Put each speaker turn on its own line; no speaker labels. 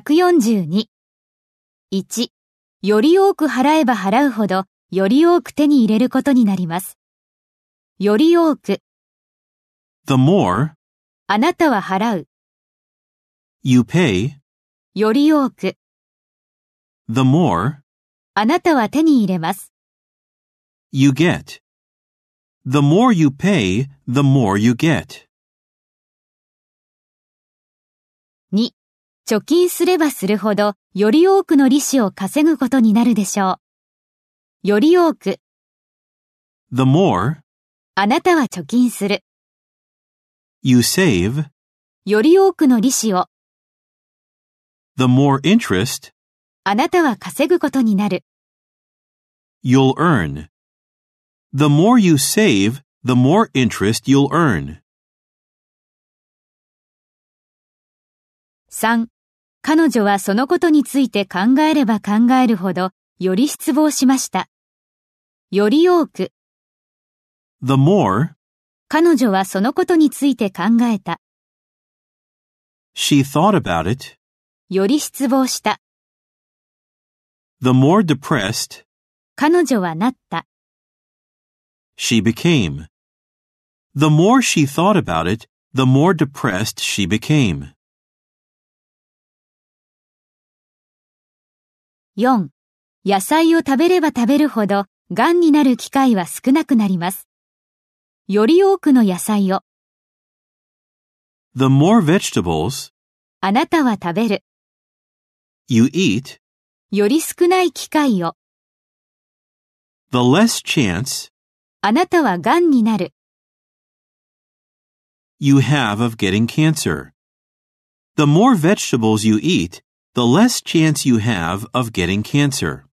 142.1. より多く払えば払うほど、より多く手に入れることになります。より多く、
The more
あなたは払う。
you pay,
より多く、
the more
あなたは手に入れます。
you get. The more you pay, the more you get.
2. 貯金すればするほど、より多くの利子を稼ぐことになるでしょう。より多く、
The more
あなたは貯金する。
you save,
より多くの利子を、
the more interest
あなたは稼ぐことになる。
you'll earn. The more you save, the more interest you'll earn.
3. 彼女はそのことについて考えれば考えるほど、より失望しました。より多く、
The more
彼女はそのことについて考えた。
she thought about it,
より失望した。
the more depressed
彼女はなった。
she became. The more she thought about it, the more depressed she became.
4. 野菜を食べれば食べるほど、癌になる機会は少なくなります。より多くの野菜を、
The more vegetables
あなたは食べる。
you eat,
より少ない機会を、
the less chance
あなたは癌になる。
you have of getting cancer. The more vegetables you eat, the less chance you have of getting cancer.